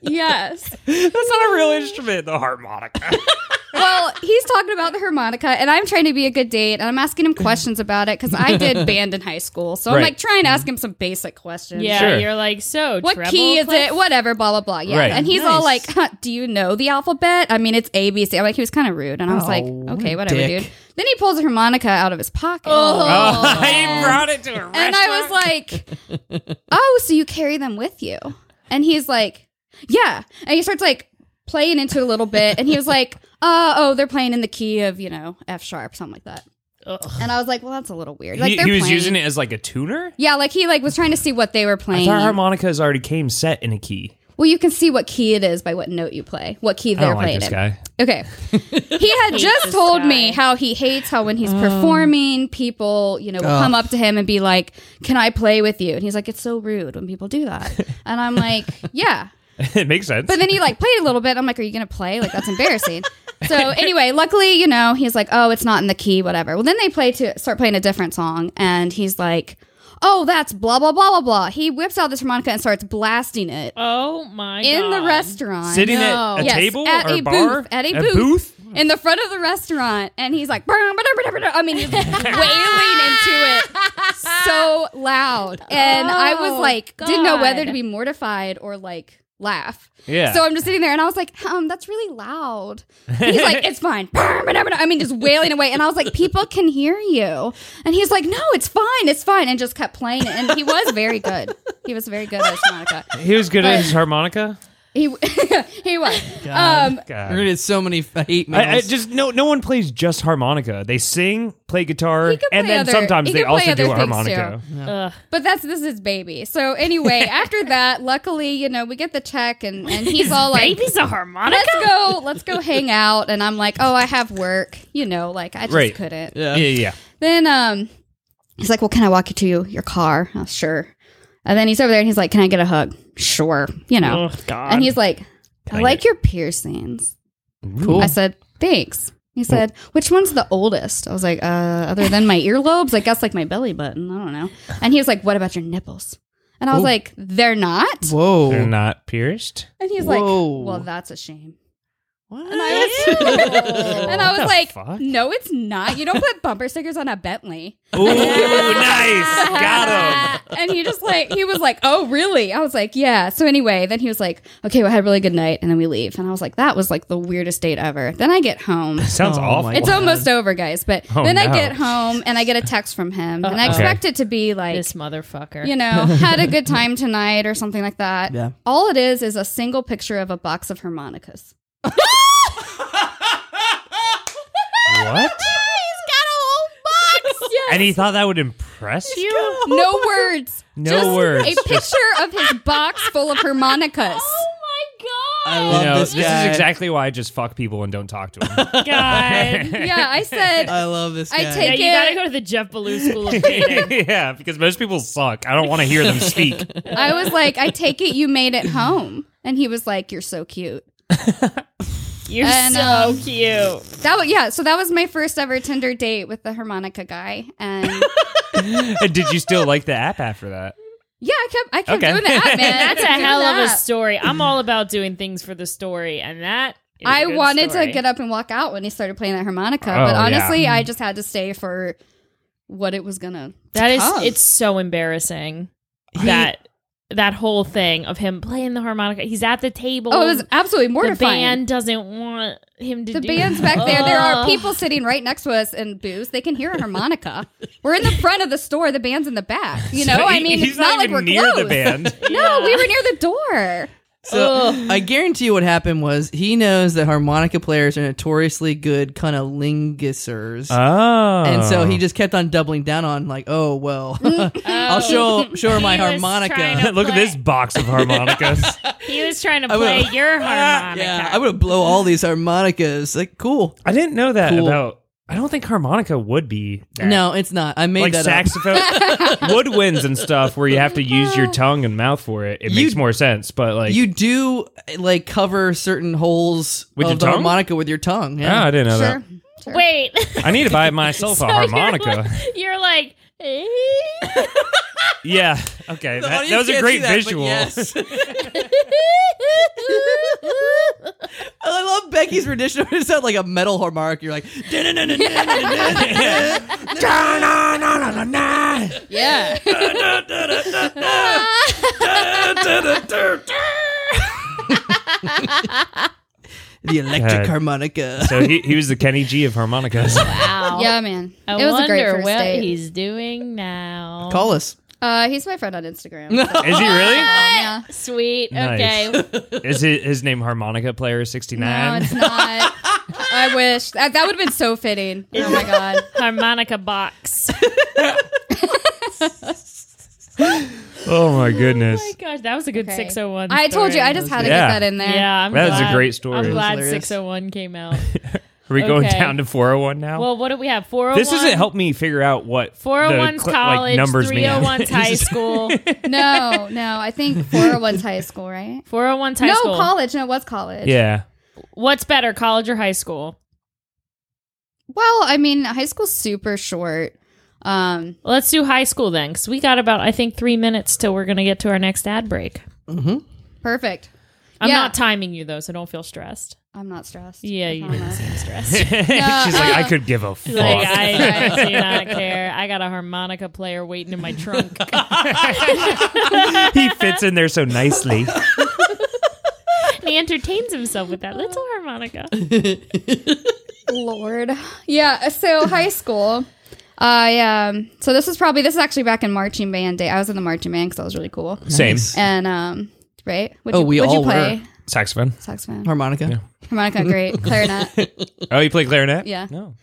E: yes.
D: That's not a real instrument, the harmonica.
E: well, he's talking about the harmonica, and I'm trying to be a good date, and I'm asking him questions about it because I did band in high school, so I'm
D: Right. Mm-hmm.
E: like trying to ask him some basic questions.
A: Yeah,
D: Sure.
A: you're like, so
E: What
A: treble
E: key is
A: clef?
E: it? Whatever, blah blah blah. Yeah,
D: Right.
E: and he's all
B: Nice.
E: like, huh, "Do you know the alphabet?" I mean, it's A B C. I'm like, he was kind of rude, and I was like,
B: Oh,
E: "Okay, whatever,
B: dick.
E: dude." Then he pulls a harmonica out of his pocket.
D: Oh, he brought it to a restaurant.
E: And I was like, "Oh, so you carry them with you?" And he's like, "Yeah." And he starts like playing into it a little bit, and he was like, "Uh oh, they're playing in the key of you know F sharp, something like that."
A: Ugh.
E: And I was like, "Well, that's a little weird." Like
D: he,
E: they're
D: he was
E: playing.
D: using it as like a tuner?
E: Yeah, like he like was trying to see what they were
D: I
E: playing.
D: thought harmonicas already came set in a key.
E: well, you can see what key it is by what note you play, what key
D: I
E: they're
D: don't like
E: playing
D: this
E: in.
D: guy.
E: Okay. He had just
A: this
E: told
A: guy.
E: me how he hates how when he's performing, people, you know, will come up to him and be like, Can I play with you? And he's like, It's so rude when people do that. And I'm like, Yeah.
D: it makes sense.
E: But then he like played a little bit. I'm like, Are you gonna play? Like that's embarrassing. So anyway, luckily, you know, he's like, Oh, it's not in the key, whatever. Well then they play to start playing a different song and he's like, Oh, that's blah blah blah blah blah. He whips out this harmonica and starts blasting it
A: Oh my
E: in
A: god.
E: the restaurant.
D: Sitting at a
E: Yes,
D: table
E: at
D: or
E: a
D: bar?
E: booth, at a
D: booth.
E: booth. in the front of the restaurant and he's like "Brr, brr, brr, brr, brr," I mean he's wailing into it so loud and I was
A: Oh,
E: like didn't know whether
A: God.
E: to be mortified or like laugh
D: Yeah.
E: so I'm just sitting there and I was like um that's really loud he's like it's fine Brr, brr, brr, brr. I mean just wailing away and I was like people can hear you and he's like no it's fine it's fine and just kept playing it and he was very good he was very good at his harmonica
D: He was good
E: at
D: at
E: his
D: his harmonica.
E: he he was
B: God.
E: um
B: We're gonna get so many f- hate mails.
D: I, I just no no one plays just harmonica. They sing, play guitar,
E: He could
D: and
E: play
D: then
E: other-
D: sometimes
E: he
D: they
E: could play
D: also
E: other
D: do a
E: things,
D: harmonica.
A: Ugh.
E: But that's this is baby. So anyway, after that, luckily, you know, we get the check and and he's all like,
A: Baby's a harmonica.
E: "Let's go, let's go hang out." And I'm like, "Oh, I have work." You know, like I just
D: Right.
E: couldn't.
B: yeah.
D: Yeah, yeah.
E: Then um he's like, "Well, can I walk you to your car?" Oh, sure. And then he's over there and he's like, "Can I get a hug?" Sure. You know.
A: Oh god.
E: and he's like, "I
D: Dang
E: like
D: it.
E: your piercings."
B: Cool.
E: I said, "Thanks." He said, "Which one's the oldest?" I was like, "Uh, other than my earlobes, I guess like my belly button. I don't know." And he was like, "What about your nipples?" And I
D: Oh.
E: was like, "They're not."
B: Whoa.
D: They're not pierced.
E: And he's
B: Whoa.
E: like, "Well, that's a shame."
B: What?
E: And I was, and I
D: What the
E: was like,
D: fuck?
E: no, it's not. You don't put bumper stickers on a Bentley.
D: Ooh, Oh, nice. Got him.
E: and he just like he was like, "Oh, really?" I was like, "Yeah." So anyway, then he was like, "Okay, well, I had a really good night," and then we leave. And I was like, "That was like the weirdest date ever." Then I get home.
D: Sounds
B: Oh
D: awful.
B: my
E: It's almost over, guys. But
D: Oh,
E: then I
D: no.
E: get home and I get a text from him, and I
A: Uh-oh.
E: expect it to be like,
A: this motherfucker.
E: you know, had a good time tonight or something like that.
B: Yeah.
E: All it is is a single picture of a box of harmonicas.
D: what? And he thought that would impress you?
E: No words.
D: No
E: Just
D: words.
E: A picture of his box full of harmonicas.
A: Oh
B: I
D: You
B: love
D: know,
B: this
D: this,
B: guy.
D: is exactly why I just fuck people and don't talk to them.
A: my god.
E: Yeah, I said
B: I love this guy.
E: I
A: Yeah,
E: take-
A: you gotta go to the Jeff Ballou School of Theater.
D: yeah, because most people suck. I don't want to hear them speak.
E: I was like, I take it you made it home. And he was like, You're so cute.
A: You're
E: And,
A: so
E: um,
A: cute.
E: That was, yeah, so that was my first ever Tinder date with the harmonica guy. And
D: And did you still like the app after that?
E: yeah, I kept I kept
D: Okay.
E: doing that, man.
A: That's a hell of a
E: story.
A: story. I'm all about doing things for the story, and that is a
E: I
A: good
E: wanted
A: story. Mm-hmm.
E: to get up and walk out when he started playing that harmonica,
D: Oh,
E: but
D: yeah.
E: honestly, I just had to stay for what it was gonna.
A: That is,
E: Tough.
A: it's so embarrassing that that whole thing of him playing the harmonica. He's at the table.
E: Oh, it was absolutely
A: the
E: mortifying.
A: band doesn't want him to.
E: The
A: do
E: band's
A: that. Oh.
E: back there. There are
A: Ugh.
E: people sitting right next to us in booths. They can hear a harmonica. We're in the front of the store. The band's in the back. You know, I mean,
D: He's
E: it's not, like
D: even
E: we're
D: near
E: close.
D: the band.
E: No, we were near the door.
B: so
A: Ugh.
B: I guarantee you what happened was he knows that harmonica players are notoriously good cunnilingussers.
D: Oh.
B: and so he just kept on doubling down on like, oh well, I'll show show her my
A: He was trying
B: harmonica.
A: to-
D: Oh. Look at this box of harmonicas.
A: He was trying to
B: I
A: play
B: would've-
A: your harmonica.
B: Yeah, I'm gonna blow all these harmonicas. Like, cool.
D: I didn't know that
B: Cool.
D: about. I don't think harmonica would be. that.
B: No, it's not. I made
D: Like
B: that up.
D: saxophone, woodwinds and stuff, where you have to use your tongue and mouth for it. It
B: You-
D: makes more sense. But like,
B: you do like cover certain holes
D: With
B: of
D: your
B: the
D: tongue?
B: harmonica with your tongue.
D: oh, I
B: Yeah.
D: didn't know
E: Sure. Sure.
A: Wait,
D: that. I need to buy myself
A: So
D: a
A: you're
D: harmonica.
A: like- You're like, eh?
D: Yeah. Okay.
B: The
D: That,
B: audience
D: that was a
B: can't see
D: great
B: that, but
D: visual.
B: yes. I love Becky's rendition of it. It sounds like a metal harmonica. You're like,
E: Yeah.
B: the electric
D: God.
B: harmonica.
D: so he, he was the Kenny G of harmonicas.
A: wow.
E: Yeah, man.
A: I
E: it was
A: wonder
E: a great first
A: what
E: date.
A: he's doing now.
B: Call us.
E: uh, he's my friend on Instagram. so-
D: Is he really?
E: yeah.
A: Sweet.
D: Nice.
A: Okay.
D: Is it, his name harmonica player sixty
E: No,
D: nine?
E: it's not. I wish that, that would have been so fitting. Oh my god.
A: harmonica box.
D: oh my goodness.
A: Oh my gosh, that was a good
E: Okay.
A: 601.
E: I told you,
A: story.
E: I just had to
D: Yeah.
E: get that in there.
A: Yeah, I'm
D: That is a
A: glad-
D: great story.
A: I'm
D: It was
A: glad
B: hilarious.
A: 601 came out.
D: Are we going
A: Okay.
D: down to four hundred one now?
A: well, what do we have? 401.
D: this doesn't help me figure out what
A: 401's
D: the cl- like,
A: college,
D: numbers mean.
A: 301's high school.
E: No, no. I think 401's high school, right?
A: 401's high
E: no,
A: school.
E: college. No, it was college.
D: yeah.
A: What's better, college or high school?
E: Well, I mean, high school's super short. Um,
A: Let's do high school then, because we got about, I think, three minutes till we're going to get to our next ad break.
E: perfect.
A: I'm
E: Yeah.
A: not timing you, though, so don't feel stressed.
E: I'm not stressed.
A: Yeah,
E: I
A: you
E: promise.
A: didn't seem stressed.
D: She's like, I could give a fuck.
A: Like, I do not care. I got a harmonica player waiting in my trunk.
D: he fits in there so nicely.
A: and he entertains himself with that little harmonica.
E: Lord. Yeah. So high school. I um. So this is probably this is actually back in marching band day. I was in the marching band because that was really cool.
D: Same
E: And um, right? Would
B: Oh, we
E: would
B: all
E: you play?
B: were.
D: saxophone.
E: Saxophone,
B: Harmonica.
E: harmonica, great, clarinet.
D: Oh, you play clarinet?
E: Yeah.
D: No.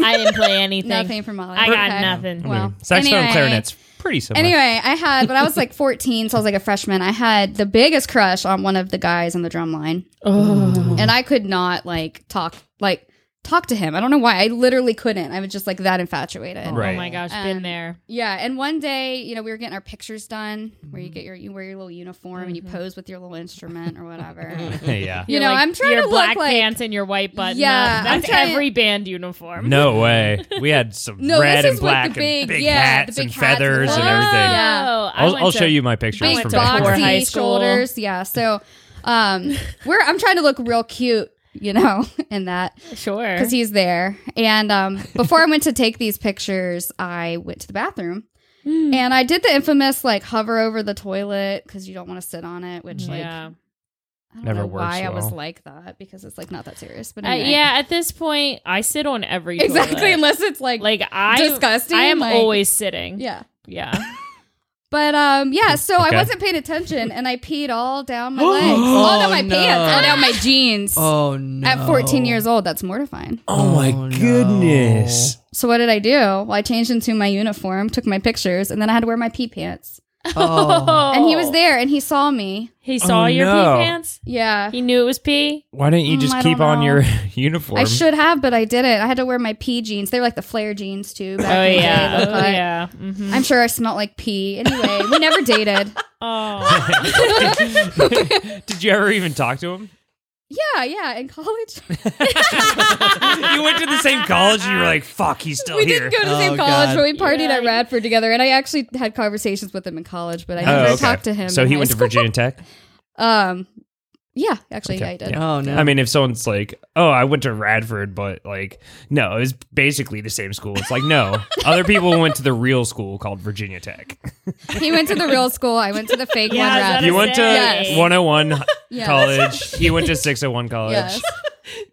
A: I didn't play anything.
E: Nothing for Molly.
A: I got
E: Okay.
A: nothing.
E: Well,
D: Saxophone
E: anyway,
D: and clarinet's pretty similar.
E: Anyway, I had when I was like 14, so I was like a freshman. I had the biggest crush on one of the guys in the drum line,
A: Oh,
E: and I could not like talk like talk to him. I don't know why. I literally couldn't. I was just like that infatuated.
A: Oh
D: Right.
A: my gosh, been
E: Um,
A: there.
E: Yeah, and one day, you know, we were getting our pictures done, where you get your you wear your little uniform and you
A: Mm-hmm.
E: pose with your little instrument or whatever.
D: yeah.
E: you know,
A: like,
E: I'm trying
A: your
E: to look
A: black
E: like
A: pants and your white button.
E: Yeah,
A: up.
E: I'm
A: that's
E: trying-
A: every band uniform.
D: No way. We had some
E: No, this
D: red and
E: is with
D: black
E: the big-
D: and big
E: yeah,
D: hats
E: the big
D: and
E: hats with
D: feathers
E: the-
D: and
A: Oh,
D: everything.
E: Yeah.
A: I
D: I'll,
A: went
D: I'll
A: to-
D: show you my pictures
E: big
A: went
D: from
A: to
D: back
A: Poor
E: boxy
A: high school.
E: shoulders. Yeah. So um, we're I'm trying to look real cute you know, in that
A: Sure.
E: because he's there. And um, before I went to take these pictures, I went to the bathroom. And I did the infamous like hover over the toilet because you don't want to sit on it, which like I
A: yeah.
E: don't
D: Never
E: know
D: works
E: why I was
D: well.
E: like that because it's like not that serious. But
A: Uh,
E: anyway.
A: yeah, at this point, I sit on every
E: exactly.
A: toilet.
E: Unless it's like,
A: like I
E: disgusting,
A: I am
E: like-
A: always sitting.
E: yeah.
A: yeah.
E: But um, yeah. So
D: Okay.
E: I wasn't paying attention, and I peed all down my legs, all down my
B: Oh,
E: pants,
B: no.
E: all down my jeans.
B: Oh no!
E: At 14 years old, that's mortifying.
D: Oh my
B: Oh, no.
D: goodness.
E: So what did I do? Well, I changed into my uniform, took my pictures, and then I had to wear my pee pants.
B: Oh.
E: And he was there, and he saw me.
A: He saw
D: Oh,
A: your
D: no.
A: pee pants.
E: Yeah.
A: He knew it was pee.
D: Why don't you
E: Mm,
D: just
E: I
D: keep
E: don't
D: on
E: know.
D: your uniform?
E: I should have, but I didn't. I had to wear my pee jeans. They were like the flare jeans too. Back
A: Oh
E: in the day,
A: yeah.
E: low
A: Oh
E: cut.
A: yeah. hmm
E: I'm sure I smelt like pee. Anyway, we never dated.
A: Oh.
D: Did you ever even talk to him?
E: Yeah, yeah. In college,
D: you went to the same college and you were like, fuck, he's still
E: we
D: here.
E: didn't go to the same
B: Oh,
E: college,
B: God.
E: but we partied
A: Yeah.
E: at Radford together. And I actually had conversations with him in college, but I
D: Oh,
E: never
D: okay.
E: talked to him.
D: So
E: in
D: he
E: high
D: went to
E: school.
D: Virginia Tech.
E: Um, yeah, actually,
D: Okay,
E: yeah, I did.
D: yeah.
B: Oh no!
D: I mean, if someone's like, "Oh, I went to Radford," but like, no, it was basically the same school. It's like, no, other people went to the real school called Virginia Tech.
E: He went to the real school. I went to the fake
A: Yeah, is that
E: one.
A: a-
D: You went to
E: Yes.
D: 101
E: Yes.
D: college. He went to 601 college.
E: Yes.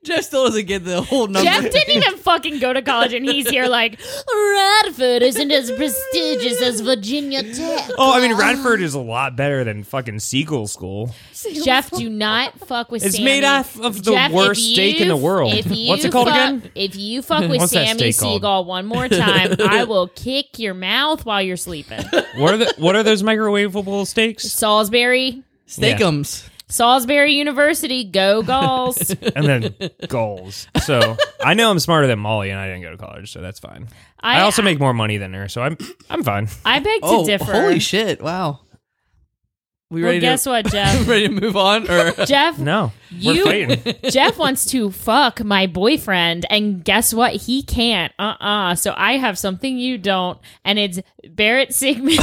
B: Jeff still doesn't get the whole number.
A: Jeff didn't even fucking go to college, and he's here like Radford isn't as prestigious as Virginia Tech.
D: Oh, I mean, Radford is a lot better than fucking Seagull School.
A: Jeff, do not fuck with.
D: It's
A: Sammy.
D: made up of the
A: Jeff, if
D: worst steak in
A: you-
D: the world.
A: if you
D: What's it called
A: fuck-
D: again?
A: If you fuck with
D: What's that
A: Sammy
D: steak called?
A: Seagull one more time, I will kick your mouth while you're sleeping.
D: What are the What are those microwavable steaks?
A: Salisbury,
B: Steakums.
A: Salisbury University, go Gauls.
D: And then goals. So I know I'm smarter than Molly, and I didn't go to college, so that's fine. I, also make more money than her, so I'm I'm fine.
A: I beg to
B: Oh,
A: differ.
B: holy shit! Wow. We
A: well,
B: ready
A: guess
B: to
A: what, Jeff?
B: ready to move on or
A: Jeff,
D: No, we're
A: You-
D: fighting.
A: Jeff wants to fuck my boyfriend, and guess what? He can't. Uh uh So I have something you don't, and it's Barrett Sigmund's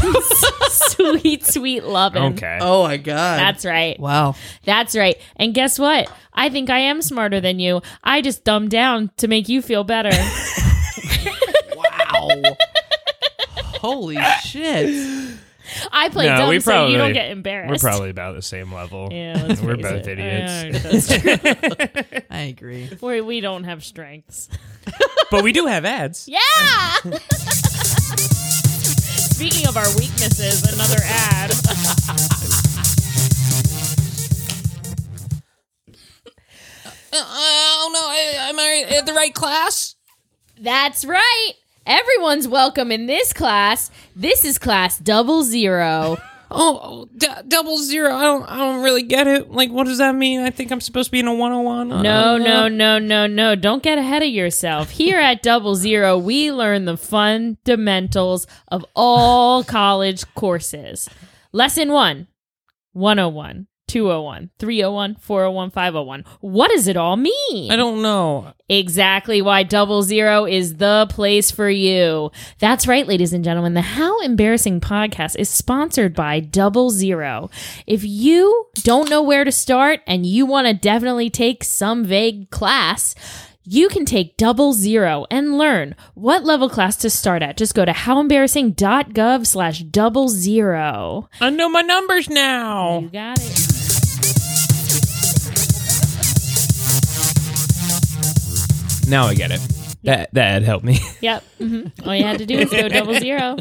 A: sweet, sweet loving.
D: Okay.
B: Oh my god!
A: That's right.
B: wow.
A: That's right. And guess what? I think I am smarter than you. I just dumbed down to make you feel better.
B: Wow. Holy shit!
A: I play
D: No,
A: dumb
D: we
A: so you
D: probably-
A: don't get embarrassed.
D: We're probably about the same level.
A: Yeah, let's
D: We're
A: face
D: both
A: it.
D: idiots.
A: Yeah, that's true.
B: I agree.
A: We're- we don't have strengths.
D: but we do have ads.
A: Yeah. Speaking of our weaknesses, another ad.
F: Oh no, I, am I at the right class?
A: That's right. Everyone's welcome in this class. This is class double zero.
F: Oh, d- double zero. I don't, I don't really get it. Like, what does that mean? I think I'm supposed to be in a 101. Uh,
A: No, no, no, no, no. Don't get ahead of yourself. Here at Double Zero, we learn the fundamentals of all college courses. Lesson one 101, 201, 301, 401, 501. What does it all mean?
F: I don't know.
A: Exactly why Double Zero is the place for you. That's right, ladies and gentlemen. The How Embarrassing podcast is sponsored by Double Zero. If you don't know where to start and you want to definitely take some vague class, you can take double zero and learn what level class to start at. Just go to howembarrassing.gov slash double zero.
F: I know my numbers now.
A: You got it.
D: Now I get it. That that helped me.
A: Yep. hmm All you had to do is go double zero.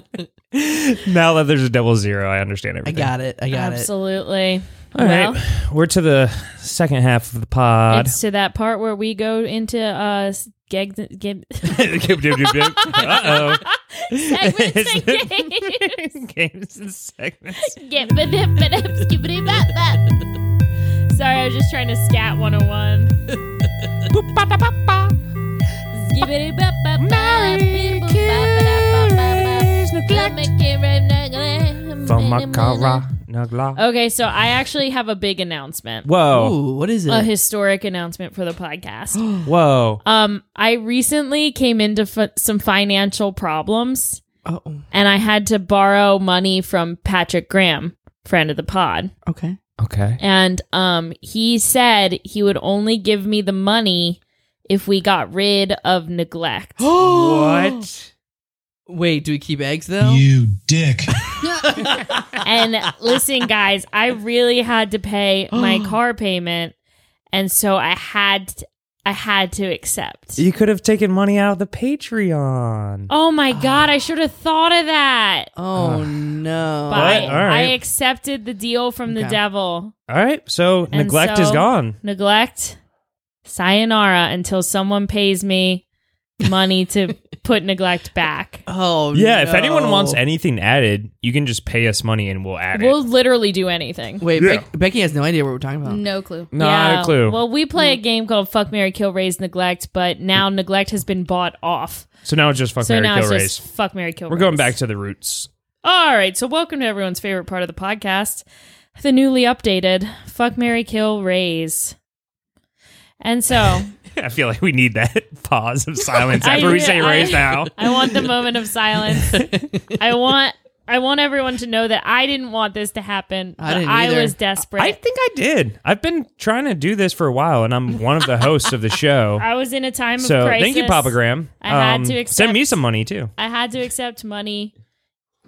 D: now that there's a double zero, I understand
B: I
D: everything.
B: got it. I got it.
A: Absolutely.
D: All right,
A: Well,
D: we're to the second half of the pod.
A: It's to that part where we go into uh s- geg- geg-
D: uh oh.
A: segments and games.
D: Games and segments.
A: Get ba- da- ba- da- skibbity- ba- ba. Sorry, I was just trying to scat 101. Boop, ba- da- ba- ba. Skibbity- ba- ba- ba- da- boo- ba- ba- da- ba- ba- ba. Let me get right now.
D: Vamakara Nagla.
A: Okay, so I actually have a big announcement.
D: Whoa,
B: Ooh, what is it?
A: A historic announcement for the podcast.
D: whoa.
A: Um, I recently came into f- some financial problems,
B: oh,
A: and I had to borrow money from Patrick Graham, friend of the pod.
B: okay.
D: Okay.
A: and um, he said he would only give me the money if we got rid of neglect.
D: what?
B: Wait, do we keep eggs though?
G: You dick.
A: and listen, guys, I really had to pay my car payment, and so I had to, I had to accept.
D: You could have taken money out of the Patreon.
A: Oh my god, I should have thought of that.
B: oh
D: Ugh.
B: no.
A: But I,
D: All right.
A: I accepted the deal from the
B: Okay.
A: devil.
D: All right. So
A: And
D: neglect is
A: so-
D: gone.
A: Neglect, sayonara, until someone pays me money to put neglect back.
B: Oh
D: yeah. If anyone
B: no.
D: wants anything added, you can just pay us money and we'll add
A: We'll
D: it.
A: literally do anything.
B: Wait,
D: Yeah.
B: Bec- Becky has no idea what we're talking about.
E: No clue.
D: Not a clue. Mm.
A: Well, we play a game called Fuck Mary Kill Raise Neglect, but now neglect has been bought off.
D: so now it's just fuck
A: so
D: Mary
A: now
D: Kill
A: it's
D: Raise.
A: just Fuck Mary Kill
D: We're going back to the roots.
A: All right, so welcome to everyone's favorite part of the podcast, the newly updated Fuck Mary Kill Raise. And so
D: I feel like we need that pause of silence
A: I
D: after we
A: re-
D: say
A: I-
D: raise now.
A: I want the moment of silence. I want I want everyone to know that I didn't want this to happen.
B: I
A: but
B: didn't
A: I
B: either.
A: was desperate.
D: I think I did. I've been trying to do this for a while, and I'm one of the hosts of the show.
A: I was in a time of
D: So
A: crisis.
D: thank you, Papa Graham.
A: I had to
D: send me
A: accept-
D: some money too.
A: I had to accept money.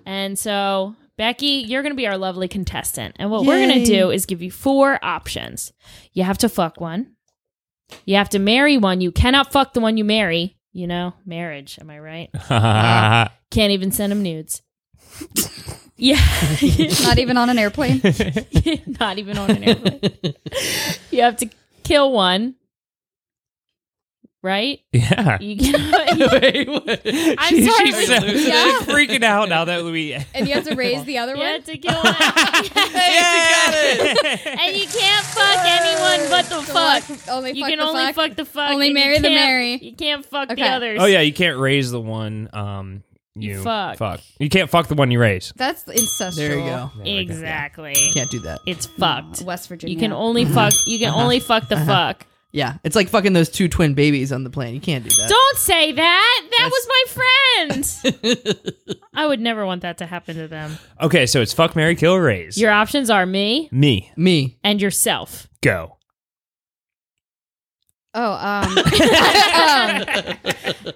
A: And so, Becky, you're going to be our lovely contestant. And what we're going to do is give you four options. You have to fuck one. You have to marry one. You cannot fuck the one you marry. You know, marriage. Am I right? Can't even send him nudes. Yeah.
E: Not even on an airplane.
A: Not even on an airplane. you have to kill one. Right?
D: yeah.
A: You cannot. you-
B: Wait, what?
A: I'm sorry.
D: She's, so-
A: you
D: she's freaking out now that we.
E: and you have to raise the other one.
A: have to kill one. and you can't fuck anyone but the
E: So
A: fuck.
E: like, Only
A: You
E: fuck
A: can
E: the
A: only
E: fuck.
A: fuck. the fuck.
E: Only
A: and you
E: marry the
A: can't-
E: marry.
A: You can't fuck the
E: Okay.
A: others.
D: oh yeah, you can't raise the one. Um, you
A: fuck.
D: You can't fuck the one you raise.
E: That's incestual.
B: There you go.
A: exactly.
B: Can't do that.
A: It's fucked.
E: West Virginia.
A: You can only fuck. You
E: Uh-huh.
A: can only fuck the fuck.
B: Yeah, it's like fucking those two twin babies on the plane. You can't do that.
A: Don't say that. That was my friend. I would never want that to happen to them.
D: Okay, so it's fuck, Mary, kill, raise.
A: Your options are me
D: me.
B: Me.
A: and yourself.
D: Go.
E: Oh, um,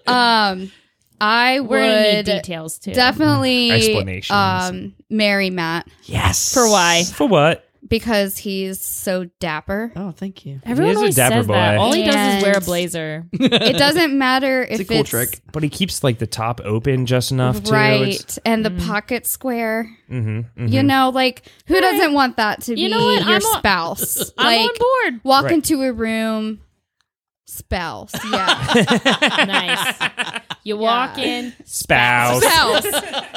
E: um, um, I
A: We're gonna need
E: would
A: details too.
E: definitely
D: Explanations.
E: um marry Matt
B: Yes.
A: For why?
D: For what?
E: because he's so dapper.
B: Oh, thank you.
A: Everyone
D: He is a
A: always
D: dapper
A: says that.
D: boy.
A: All he does is
E: And-
A: wear a blazer.
E: It doesn't matter if
B: It's a cool trick.
D: But he keeps like the top open just enough to.
E: right and
A: Mm-hmm.
E: the pocket square.
D: Mm-hmm,
E: You know, like who doesn't want that to
A: You
E: be
A: know what?
E: your
A: I'm on-
E: spouse?
A: I'm
E: like
A: on board.
E: walk
D: Right.
E: into a room, spouse. Yeah.
A: nice. You walk
E: Yeah.
A: in.
D: Spouse.
E: spouse.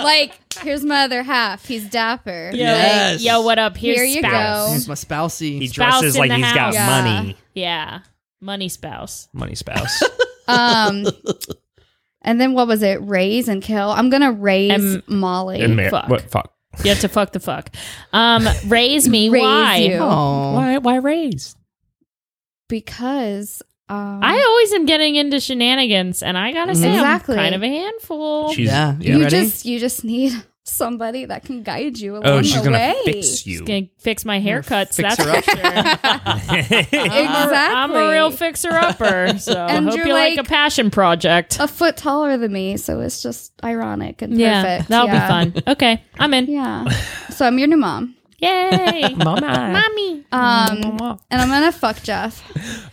E: like, here's my other half. He's dapper.
B: Yes.
A: Yo, what up? Here's
E: Here you
A: spouse.
E: go.
B: It's my spousey.
D: He
A: Spouse
D: dresses
A: in
D: like
A: the
D: he's got
A: house.
E: Yeah.
D: money.
A: Yeah. Money spouse.
D: Money spouse.
E: Um, and then what was it? Raise and kill. I'm gonna raise
A: And-
E: Molly.
D: And Mar-
A: Fuck.
D: What fuck?
A: You have to fuck the fuck. Um, raise me.
E: Raise
A: why?
E: you.
B: Oh.
D: Why raise?
E: because um,
A: I always am getting into shenanigans, and I gotta say,
E: Exactly.
A: I'm kind of a handful.
D: She's
B: Yeah.
D: yeah.
E: you
B: Ready?
E: just you just need somebody that can guide you along
D: Oh, she's
E: the
D: gonna
E: way.
D: fix you.
A: Gonna fix my haircuts. That's
B: fix her up.
A: for sure. I'm a-
D: All
A: I'm a
E: Exactly.
A: real fixer upper, so I
E: And
A: hope you
E: you're
A: like,
E: like- oh,
A: a passion project.
E: A foot taller than me, so it's just ironic and
A: yeah,
E: perfect.
A: that'll
E: Yeah.
A: be fun. Okay, I'm in.
E: Yeah. So I'm your new mom.
A: Yay, mommy.
E: Um, and I'm gonna fuck Jeff.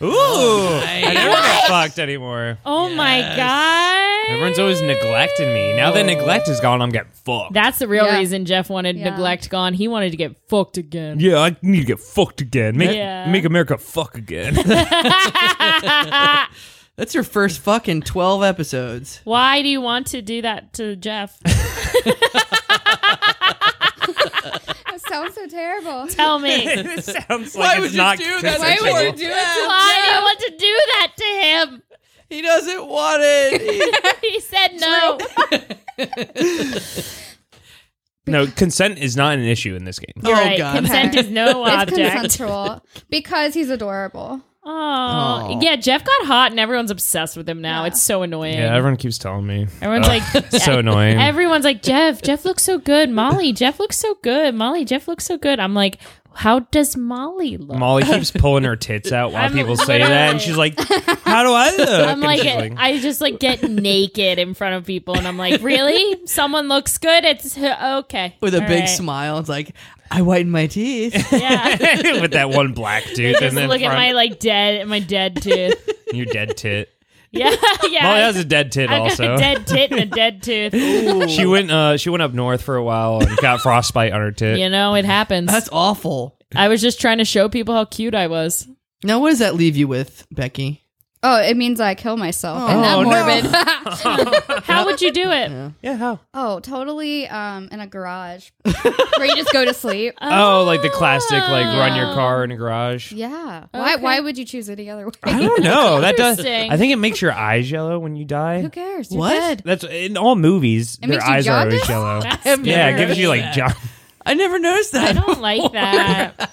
D: Ooh, I never get fucked anymore.
A: Oh my god.
D: Everyone's always neglecting me. Now that neglect is gone, I'm getting fucked.
A: That's the real
E: Yeah.
A: reason Jeff wanted
E: Yeah.
A: neglect gone. He wanted to get fucked again.
D: yeah, I need to get fucked again. Make
A: Yeah.
D: make America fuck again.
B: That's your first fucking 12 episodes.
A: Why do you want to do that to Jeff?
E: That sounds so terrible.
A: Tell me. Why do
D: it sounds like
B: Why
D: it's
B: would you
D: not
B: do that?
E: Why
D: consensual.
E: would you do
A: you
E: it?
A: want to do that to him?
B: He doesn't want it.
A: He said no.
D: No, consent is not an issue in this game.
A: You're
B: oh,
A: right.
B: God.
A: Consent is no
E: It's
A: object.
E: consensual because he's adorable.
A: Oh.
B: Oh.
A: Yeah, Jeff got hot and everyone's obsessed with him now.
E: Yeah.
A: It's so annoying.
D: Yeah, everyone keeps telling me.
A: Everyone's like
D: so annoying.
A: Everyone's like, Jeff, Jeff looks so good. Molly, Jeff looks so good. Molly, Jeff looks so good. I'm like, How does Molly look?
D: Molly keeps pulling her tits out while
A: I'm
D: people say that, and she's like, "How do I look?"
A: I'm
D: And
A: like,
D: she's
A: I just like get naked in front of people, and I'm like, really? Someone looks good. It's okay
B: with a
A: All
B: big
A: right.
B: smile. It's like I whiten my teeth.
A: Yeah,
D: with that one black dude,
A: just
D: and then
A: look at my like dead, my dead tooth.
D: your dead tit.
A: Yeah, yeah.
D: Molly has a dead tit
A: I've
D: also.
A: got a dead tit and a dead tooth.
D: she went. Uh, she went up north for a while and got frostbite on her tit.
A: You know, it happens.
B: That's awful.
A: I was just trying to show people how cute I was.
B: Now, what does that leave you with, Becky?
E: Oh, it means I kill myself. and
D: Oh,
E: that
D: no.
E: morbid.
A: How would you do it?
D: Yeah, how?
E: oh, totally um, in a garage where you just go to sleep.
D: Oh, like the classic, like run
A: Oh.
D: your car in a garage.
E: Yeah. Why,
A: Okay.
E: why would you choose any other way?
D: I don't know. that does.
A: Interesting.
D: I think it makes your eyes yellow when you
E: Who
D: die.
E: cares? You're
B: What?
E: dead.
D: That's in all movies. their
E: makes you
D: eyes are always
E: jaundiced?
D: yellow.
A: That's
D: yeah, it
A: scary.
D: gives you like John.
B: I never noticed that.
A: I don't like that.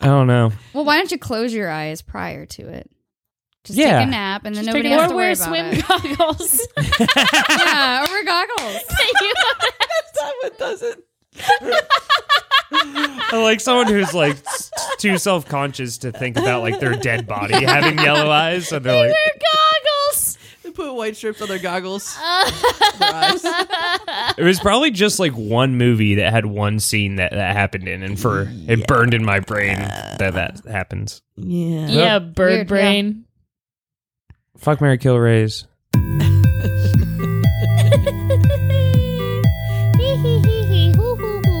D: I don't know.
E: Well, why don't you close your eyes prior to it? Just
D: Yeah.
E: take a nap and then
A: Just
E: nobody
A: take a-
E: has
A: or
E: to
A: wear
E: worry
A: swim
E: about it.
A: goggles.
E: yeah, or wear goggles.
B: That's what does it.
D: I like someone who's like s- too self conscious to think about like their dead body having yellow eyes. So they're like,
A: goggles.
B: They put white strips on their goggles. Their eyes.
D: it was probably just like one movie that had one scene that that happened in, and for it burned in my brain that that happens.
B: Yeah.
A: Yeah, bird
E: Weird, yeah.
A: brain.
D: Fuck Mary Kill Rays.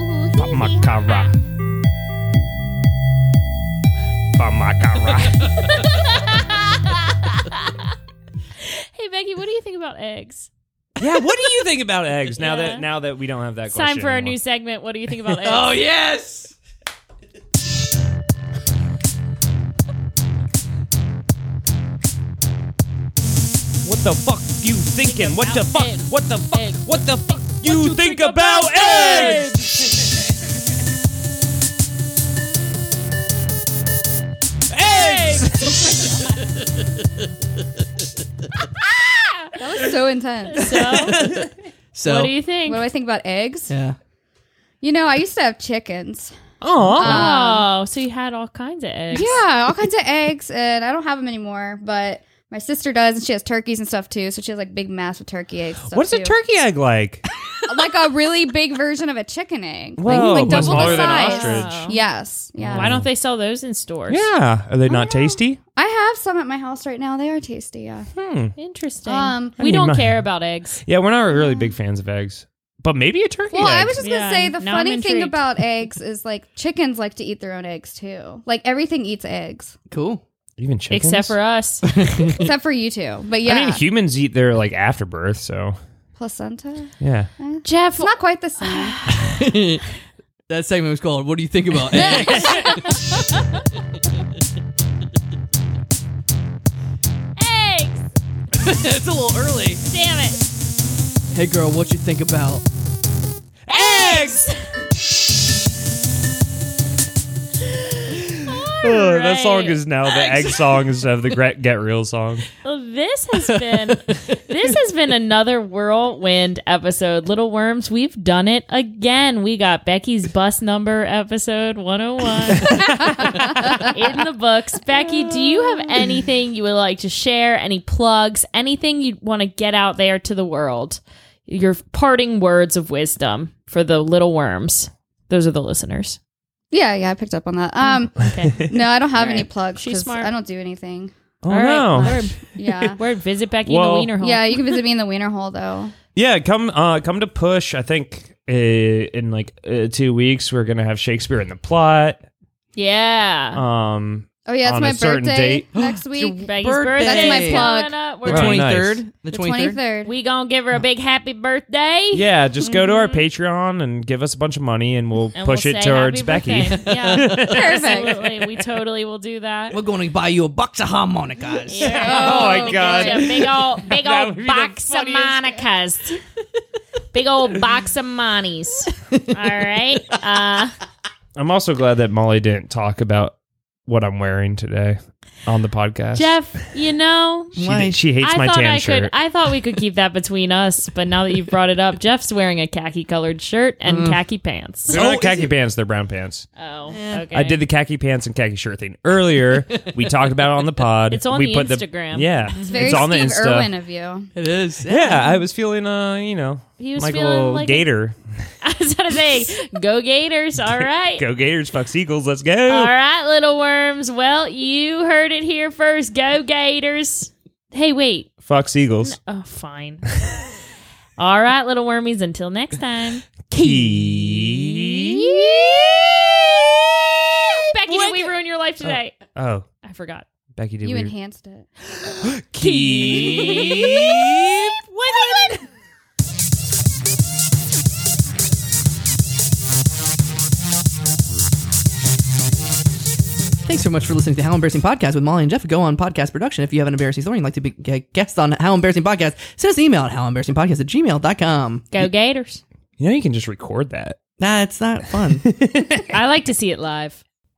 D: Bamakara. Bamakara.
A: Hey Becky, what do you think about eggs?
D: yeah, what do you think about eggs now
A: Yeah.
D: that now that we don't have that
A: It's
D: question?
A: time for our
D: anymore?
A: new segment. What do you think about eggs?
B: Oh yes.
D: What the fuck you thinking? What the fuck?
A: eggs.
D: What the fuck?
A: Eggs.
D: What the fuck Oh, you think about eggs? Eggs!
E: That was so intense.
A: So, what
B: So.
A: do you think?
E: What do I think about eggs?
B: yeah.
E: You know, I used to have chickens.
D: Oh,
A: oh, so you had all kinds of eggs.
E: Yeah, all kinds of eggs, and I don't have them anymore. But my sister does, and she has turkeys and stuff too. So she has like big massive turkey eggs. and stuff,
D: what's a
E: too.
D: turkey egg like?
E: Like a really big version of a chicken egg. Like-
D: Whoa,
E: like,
D: but
E: double
D: smaller
E: the
D: than
E: size.
D: ostrich.
E: Yes. Yeah.
A: Why don't they sell those in stores?
D: Yeah, are they not tasty?
E: I have some at my house right now. They are tasty. Yeah.
A: Interesting.
E: Um,
A: we
D: need
A: don't
D: my-
A: care about eggs.
D: Yeah, we're not really
A: Mm.
D: big fans of eggs, but maybe a turkey
E: Well,
D: egg.
E: I was just gonna
A: Yeah,
E: say the
A: now I'm
E: funny thing
A: intrigued.
E: about eggs is like chickens like to eat their own eggs too. Like everything eats eggs
B: Cool.
D: even chickens.
A: Except for uh, us.
E: except for you two. But yeah,
D: I mean, humans eat their like after birth, so
E: placenta. eh?
D: yeah.
A: Jeff,
E: It's not quite the same.
B: That segment was called "What Do You Think About Eggs?"
A: eggs.
B: it's a little early.
A: Damn it.
B: Hey, girl, what you think about?
A: Eggs.
D: Oh, That song
A: Right.
D: is now the egg songs of the Gre- Get Real song.
A: Well, this has been this has been another whirlwind episode. Little worms, we've done it again. We got Becky's bus number episode 101 in the books. Becky, do you have anything you would like to share? Any plugs? Anything you want to get out there to the world? Your parting words of wisdom for the little worms. Those are the listeners.
E: Yeah, yeah, I picked up on that. Um,
A: Okay.
E: no, I don't have
A: All
E: any
A: right.
E: plugs
A: She's
E: because
A: smart.
E: I don't do anything.
D: Oh
A: All right.
D: no!
A: Word.
E: Yeah,
A: Word. Visit Becky in
D: Well-
A: the wiener hole.
E: yeah, you can visit me in the wiener hole though.
D: Yeah, come uh, come to push. I think uh, in like uh, two weeks we're gonna have Shakespeare in the plot.
A: Yeah.
D: Um,
E: Oh yeah, it's
D: On a
E: my
D: certain
E: birthday
D: date.
E: next week,
A: Becky's
B: Birthday.
A: birthday.
E: That's my
A: is
E: plug.
A: coming up.
B: The
A: We're
D: Right.
B: twenty
D: nice.
B: third. The
E: the
B: twenty
E: twenty
B: third.
E: third.
A: We gonna give her a big happy birthday.
D: yeah, just go to our Patreon and give us a bunch of money, and we'll
A: Mm-hmm. And
D: push
A: we'll
D: it
A: say
D: towards
A: happy
D: Becky.
A: birthday. Yeah,
E: Perfect.
A: absolutely. We totally will do that.
B: We're going to buy you a box of harmonicas.
A: Yeah.
D: Oh, my
A: We'll get
D: God.
A: you a big old big
D: That would be
A: old
D: the
A: box of monicas. big old box of monies. All right. Uh,
D: I'm also glad that Molly didn't talk about what I'm wearing today. on the podcast.
A: Jeff, you know,
D: she, she hates
A: I
D: my
A: thought
D: tan
A: I
D: shirt.
A: could. I thought we could keep that between us, but now that you've brought it up, Jeff's wearing a khaki-colored shirt and
D: Mm.
A: khaki pants.
D: they're
B: Oh,
D: not
B: is
D: khaki
B: it-
D: pants; they're brown pants.
A: Oh, okay.
D: I did the khaki pants and khaki shirt thing earlier. we talked about it on the pod.
A: It's on
D: we
A: the Instagram.
D: yeah,
E: It's very
D: on
E: Steve
D: the Insta.
E: Irwin of you.
B: It is.
D: Yeah, I was feeling, uh, you know,
A: He was
D: like a
A: feeling
D: little
A: like a-
D: gator.
A: I was gonna say, go Gators! All right.
D: Go Gators, fuck Seagulls, let's go.
A: All right, little worms. Well, you heard it here first. Go Gators. Hey, wait.
D: Fuck Seagulls.
A: Oh, fine. All right, little wormies. Until next time.
D: Key.
A: Becky, did we ruin your life today?
D: Oh,
A: I forgot.
D: Becky, did
E: You
D: we?
E: enhanced it.
D: Keep winning.
B: Thanks so much for listening to How Embarrassing Podcast with Molly and Jeff. Go on podcast production. If you have an embarrassing story and you'd like to be a guest on How Embarrassing Podcast, send us an email at howembarrassingpodcast at gmail.com.
A: Go Gators.
D: You know you can just record that.
B: That's not fun.
A: I like to see it live.